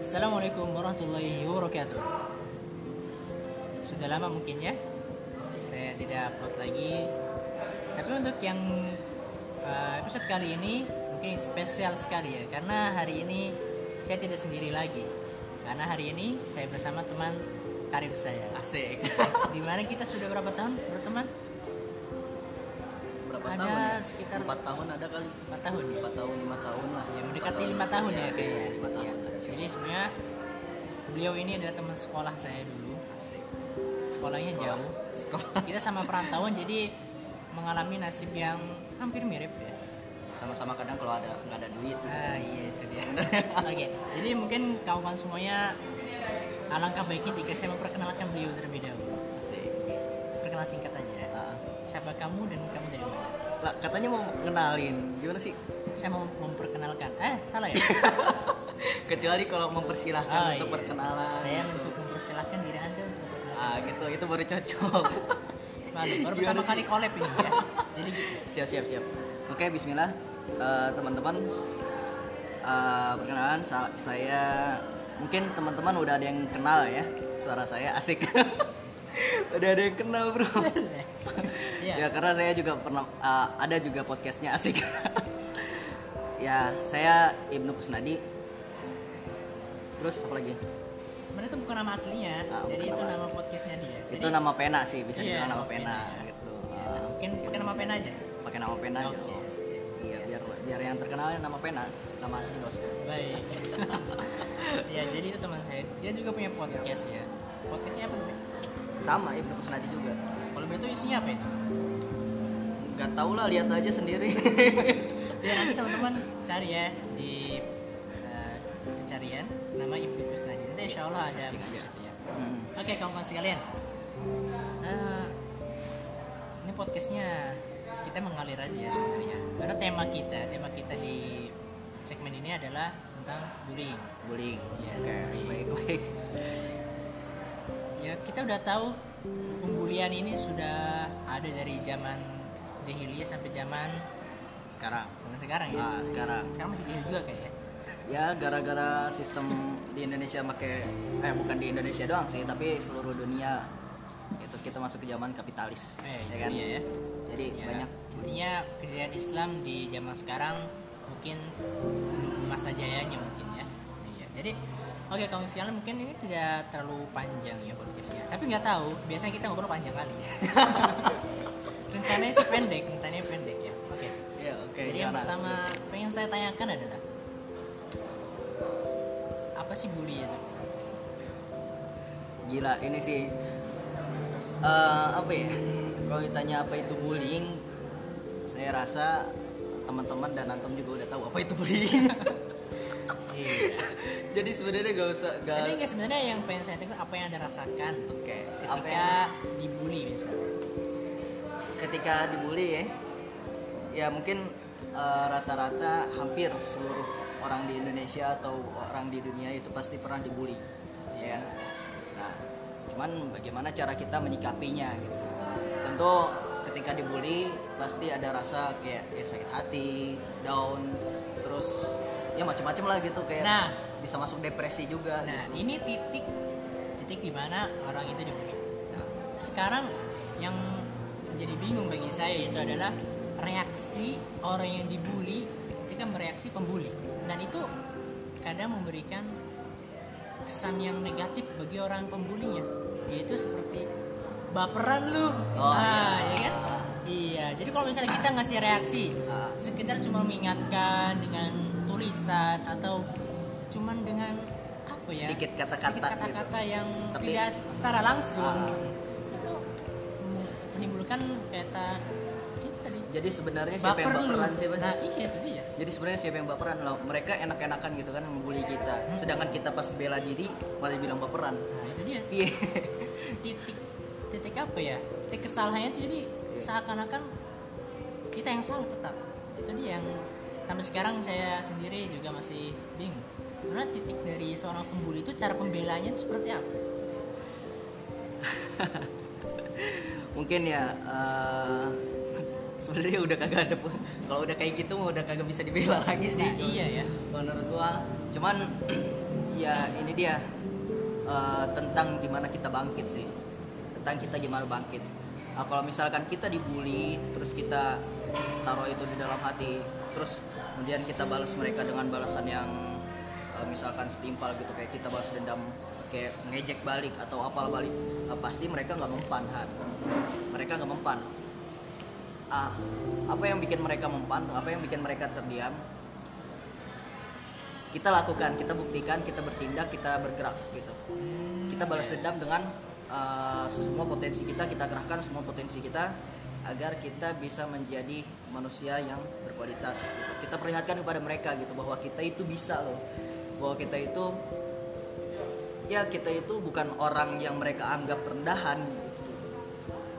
Assalamualaikum warahmatullahi wabarakatuh. Sudah lama mungkin ya, saya tidak upload lagi. Tapi untuk yang eh, episode kali ini mungkin spesial sekali ya, karena hari ini saya tidak sendiri lagi. Karena hari ini saya bersama teman karib saya. Asik. Di mana kita sudah berapa tahun berteman? Berapa Ada tahun? ya? sekitar- empat tahun ada kali. 4 tahun ya. Empat tahun, lima tahun lah. ya Empat mendekati lima tahun ya Iya, kayaknya iya, Lima tahun. Iya. jadi sebenarnya beliau ini adalah teman sekolah saya dulu Asik. sekolahnya Sekolah. jauh Sekolah. kita sama perantauan jadi mengalami nasib yang hampir mirip ya Sama-sama kadang kalau ada nggak ada duit. ah iya itu dia oke jadi mungkin kawan semuanya alangkah baiknya jika saya memperkenalkan beliau terlebih dahulu Asik. perkenalan singkat aja Ah. siapa kamu dan kamu dari mana Lah, katanya mau ngenalin. Gimana sih? saya mau memperkenalkan eh salah ya Kecuali kalau mempersilahkan Oh, untuk iya. perkenalan. saya gitu. untuk mempersilahkan diri anda untuk memperkenalkan Ah, gitu. Itu baru cocok. Malu, baru Gimana pertama sih? kali collab ini ya. Jadi gitu. siap, siap, siap. Oke, bismillah. Eh, teman-teman eh, perkenalan sa- saya mungkin teman-teman udah ada yang kenal ya suara saya asik udah ada yang kenal bro Iya. Ya karena saya juga pernah uh, ada juga podcastnya asik. ya saya Ibnu Kusnadi. Terus apa lagi? Sebenarnya itu bukan nama aslinya, Ah, bukan jadi itu nama nama podcastnya dia. Jadi, Itu nama pena sih bisa Iya, dibilang nama nama pena, pena. gitu. Nah, mungkin pakai nama pen aja. Pakai nama pena aja. Oke. Iya biar biar yang terkenalnya nama pena, nama asli nggak usah. Baik. ya, jadi itu teman saya. Dia juga punya podcast ya. Podcastnya apa namanya? Sama Ibnu Kusnadi juga. Kalau boleh tahu isinya apa itu? Gak tau lah lihat aja sendiri. Ya nanti teman-teman cari ya di eh, pencarian nama Ibu Kusnadi. Nanti insya Allah ada Searching aja. situ ya. Hmm. Oke kawan-kawan sekalian Eh, Ini podcastnya kita mengalir aja ya sebenarnya Karena tema kita, tema kita di segmen ini adalah tentang bullying Bullying. Yes, Oke, bullying. baik baik. Ya kita udah tahu pembulian ini sudah ada dari zaman jahiliyah sampai zaman Sekarang. zaman sekarang ya Nah, sekarang. Sekarang masih jahil juga kayaknya ya gara-gara sistem di Indonesia pakai eh bukan di Indonesia doang sih tapi seluruh dunia itu kita masuk ke zaman kapitalis Eh, ya itu kan? dia ya. jadi Ya, banyak Intinya kejayaan Islam di zaman sekarang mungkin belum masa jayanya mungkin ya. Iya. Jadi oke kawan sekalian mungkin ini tidak terlalu panjang ya podcastnya. Tapi nggak tahu. Biasanya kita ngobrol panjang kali. rencananya sih pendek, rencananya pendek ya. Oke. ya oke Jadi yang pertama gitu. pengen saya tanyakan adalah apa sih bully itu? gila ini sih eh, apa ya kalau ditanya apa itu bullying saya rasa teman-teman dan antum juga udah tahu apa itu bullying Iya. jadi sebenarnya gak usah gak Tapi oke nggak sebenarnya yang pengen saya tanyakan apa yang anda rasakan apa ya? yang- ketika dibully misalnya? ketika dibully ya ya mungkin eh, rata-rata hampir seluruh orang di Indonesia atau orang di dunia itu pasti pernah dibully ya nah cuman bagaimana cara kita menyikapinya gitu tentu ketika dibully pasti ada rasa kayak ya sakit hati down terus ya macam-macam lah gitu kayak Nah. bisa masuk depresi juga Nah, gitu. ini titik titik di mana orang itu dibully. Nah, Sekarang yang menjadi bingung bagi saya itu adalah reaksi orang yang dibully ketika mereaksi pembuli. Dan itu kadang memberikan kesan yang negatif bagi orang pembulinya, yaitu seperti baperan lu. Oh, ah, iya. ya kan? Iya. Jadi kalau misalnya kita ngasih reaksi Ah. sekedar cuma mengingatkan dengan tulisan atau cuman dengan apa ya? Sedikit kata-kata gitu. sedikit kata-kata yang Tapi- tidak secara langsung Ah. itu menimbulkan kata itu tadi jadi sebenarnya siapa yang lu. baperan sih Bang? Nah, iya itu dia. Jadi sebenarnya siapa yang baperan loh? Mereka enak-enakan gitu kan membuli kita. Hmm. Sedangkan kita pas bela diri malah bilang baperan. Iya. Nah, itu dia. Piye? titik titik apa ya titik kesalahannya itu jadi seakan-akan kita yang salah tetap itu dia yang sampai sekarang saya sendiri juga masih bingung karena titik dari seorang pembuli itu cara pembelanya itu seperti apa Mungkin ya eh, sebenarnya udah kagak ada pe- kalau udah kayak gitu mah udah kagak bisa dibela lagi sih Nah, iya ya. Kalau menurut gua cuman ya ini dia eh, tentang gimana kita bangkit sih tentang kita gimana bangkit Nah, kalau misalkan kita dibully terus kita taruh itu di dalam hati terus kemudian kita balas mereka dengan balasan yang eh, misalkan setimpal gitu kayak kita balas dendam kayak ngejek balik atau apal balik eh, pasti mereka nggak mempan Han. mereka nggak mempan ah apa yang bikin mereka mempan apa yang bikin mereka terdiam kita lakukan kita buktikan kita bertindak kita bergerak gitu Hmm, kita balas iya. dendam dengan uh, semua potensi kita kita kerahkan semua potensi kita agar kita bisa menjadi manusia yang berkualitas gitu. kita perlihatkan kepada mereka gitu bahwa kita itu bisa loh bahwa kita itu ya kita itu bukan orang yang mereka anggap rendahan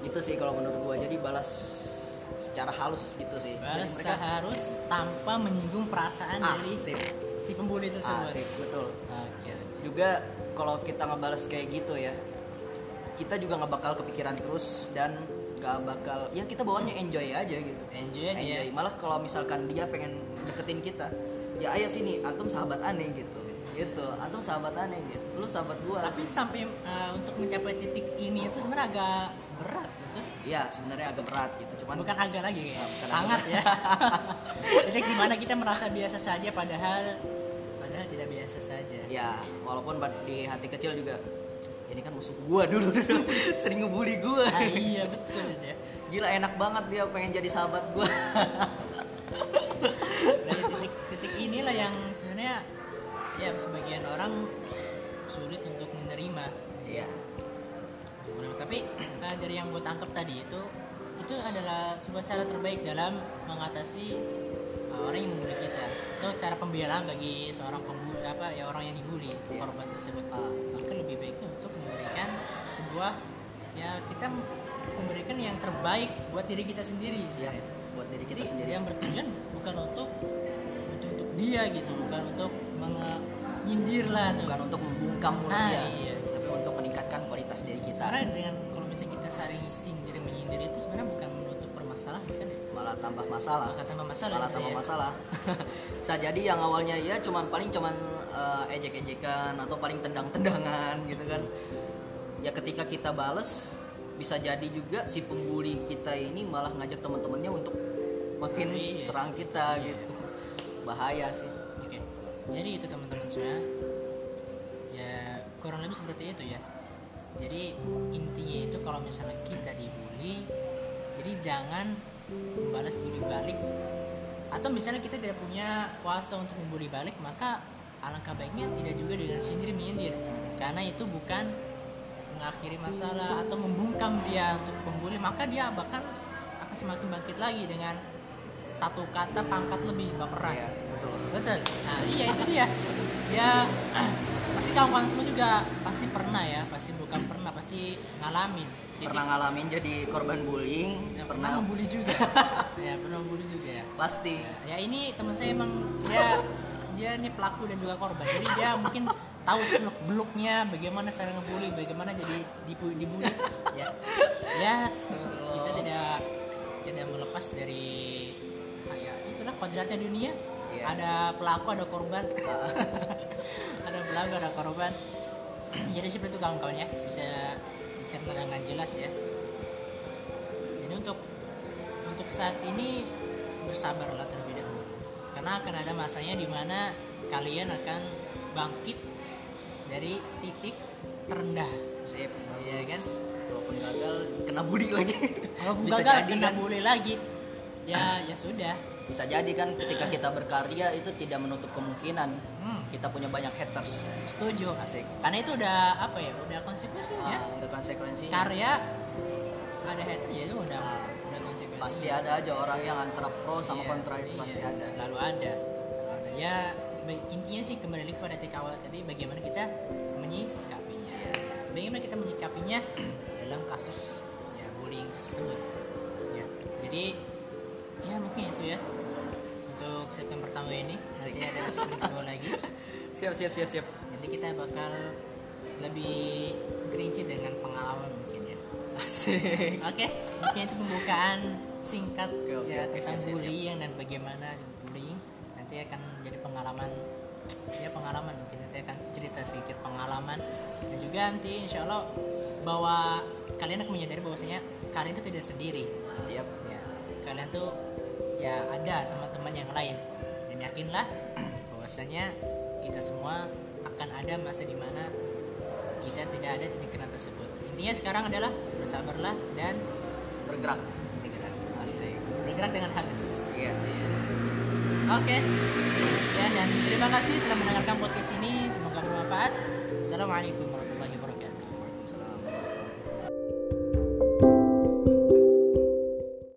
gitu sih kalau menurut gua jadi balas secara halus gitu sih Jadi Balas seharus tanpa menyinggung perasaan Ah, dari sip. si pembuli ah, tersebut. sip, betul Oke. juga kalau kita ngebales kayak gitu ya kita juga nggak bakal kepikiran terus dan nggak bakal ya kita bawaannya enjoy aja gitu Enjoy aja ya. malah kalau misalkan dia pengen deketin kita ya ayo sini antum sahabat aneh gitu gitu antum sahabat aneh gitu lu sahabat gua Tapi sampai eh, untuk mencapai titik ini itu sebenarnya agak berat gitu. ya sebenarnya agak berat gitu cuman Bukan agak lagi ya. Ah, bukan Sangat ya. titik dimana kita merasa biasa saja padahal padahal tidak biasa saja. ya walaupun ba- di hati kecil juga ini kan musuh gua dulu sering ngebully gua Ah, iya betul ya. gila enak banget dia pengen jadi sahabat gua Dari titik titik inilah yang sebenarnya ya sebagian orang sulit untuk menerima. iya Benar, tapi eh, dari yang gue tangkap tadi itu itu adalah sebuah cara terbaik dalam mengatasi eh, orang yang membuli kita itu cara pembelaan bagi seorang pembuli apa ya orang yang dibully Iya. korban tersebut Ah, maka lebih baiknya untuk memberikan sebuah ya kita memberikan yang terbaik buat diri kita sendiri ya buat diri kita jadi sendiri yang bertujuan bukan untuk untuk, untuk dia gitu bukan untuk menyindir lah tuh bukan untuk membungkam mulut Nah, dia iya. tapi untuk meningkatkan kualitas diri kita Karena dengan kalau misalnya kita saling sindir menyindir itu sebenarnya bukan menutup permasalahan kan ya? malah tambah masalah Malah tambah masalah. malah gitu tambah ya. masalah bisa jadi yang awalnya ya cuman paling cuman eh, ejek-ejekan atau paling tendang-tendangan gitu kan ya ketika kita bales bisa jadi juga si pembuli kita ini malah ngajak teman-temannya untuk makin Iya. serang kita gitu bahaya sih Oke. Jadi itu teman-teman semua. Ya kurang lebih seperti itu ya. Jadi intinya itu kalau misalnya kita dibully, jadi jangan membalas bully balik. Atau misalnya kita tidak punya kuasa untuk membuli balik, maka alangkah baiknya tidak juga dengan sindir menyindir. Karena itu bukan mengakhiri masalah atau membungkam dia untuk pembuli, maka dia bahkan akan semakin bangkit lagi dengan satu kata pangkat lebih baperan. Iya, betul Betul. Nah, iya itu dia. Ya pasti kawan-kawan semua juga pasti pernah ya, pasti bukan pernah, pasti ngalamin. Titik- pernah ngalamin jadi korban bullying ya, pernah pernah membuli juga. ya, pernah membuli juga ya. pasti Ya ini teman saya emang dia dia ini pelaku dan juga korban. Jadi dia mungkin tahu seluk beluknya bagaimana cara ngebully, bagaimana jadi dibu- dibully. ya. Ya, kita tidak tidak melepas dari kayak itulah kodratnya dunia. Iya. Ada pelaku, ada korban. ada pelaku, ada korban. Jadi seperti itu kawan-kawan ya bisa dicerna dengan jelas ya. Jadi untuk untuk saat ini bersabarlah terlebih dahulu. Karena akan ada masanya di mana kalian akan bangkit dari titik terendah. Sip. Iya kan? Walaupun gagal kena budi lagi. Kalau bisa gagal jadi kena kan? boleh lagi. Ya ya sudah. Bisa jadi kan ketika kita berkarya itu tidak menutup kemungkinan Hmm, kita punya banyak haters. setuju. Asik. Karena itu udah apa ya? Udah konsekuensinya. Ah, udah konsekuensinya. Karya ada hater ya itu udah udah konsekuensinya. Pasti ada aja orang yang antara pro sama Iya, kontra itu iya, pasti ada. Selalu ada. Ada. Ya ba- intinya sih kembali lagi pada titik awal tadi bagaimana kita menyikapinya. Bagaimana kita menyikapinya dalam kasus ya bullying tersebut. Ya. Jadi ya mungkin itu ya untuk segmen pertama ini. Asik. Nanti ada segmen kedua lagi. Siap siap siap siap. Nanti kita bakal lebih gerinci dengan pengalaman mungkin ya. Asik. Oke, mungkin itu pembukaan singkat Oke, oke, ya oke, tentang siap, siap, siap. bullying dan bagaimana bullying nanti akan jadi pengalaman ya pengalaman mungkin nanti akan cerita sedikit pengalaman dan juga nanti insya Allah bahwa kalian akan menyadari bahwasanya kalian itu tidak sendiri Yap. ya kalian tuh ya ada teman-teman yang lain dan yakinlah bahwasanya kita semua akan ada masa di mana kita tidak ada titik terang tersebut intinya sekarang adalah bersabarlah dan Bergerak. bergerak Asik. bergerak dengan halus Iya. iya. oke sekian dan terima kasih telah mendengarkan podcast ini semoga bermanfaat assalamualaikum warahmatullahi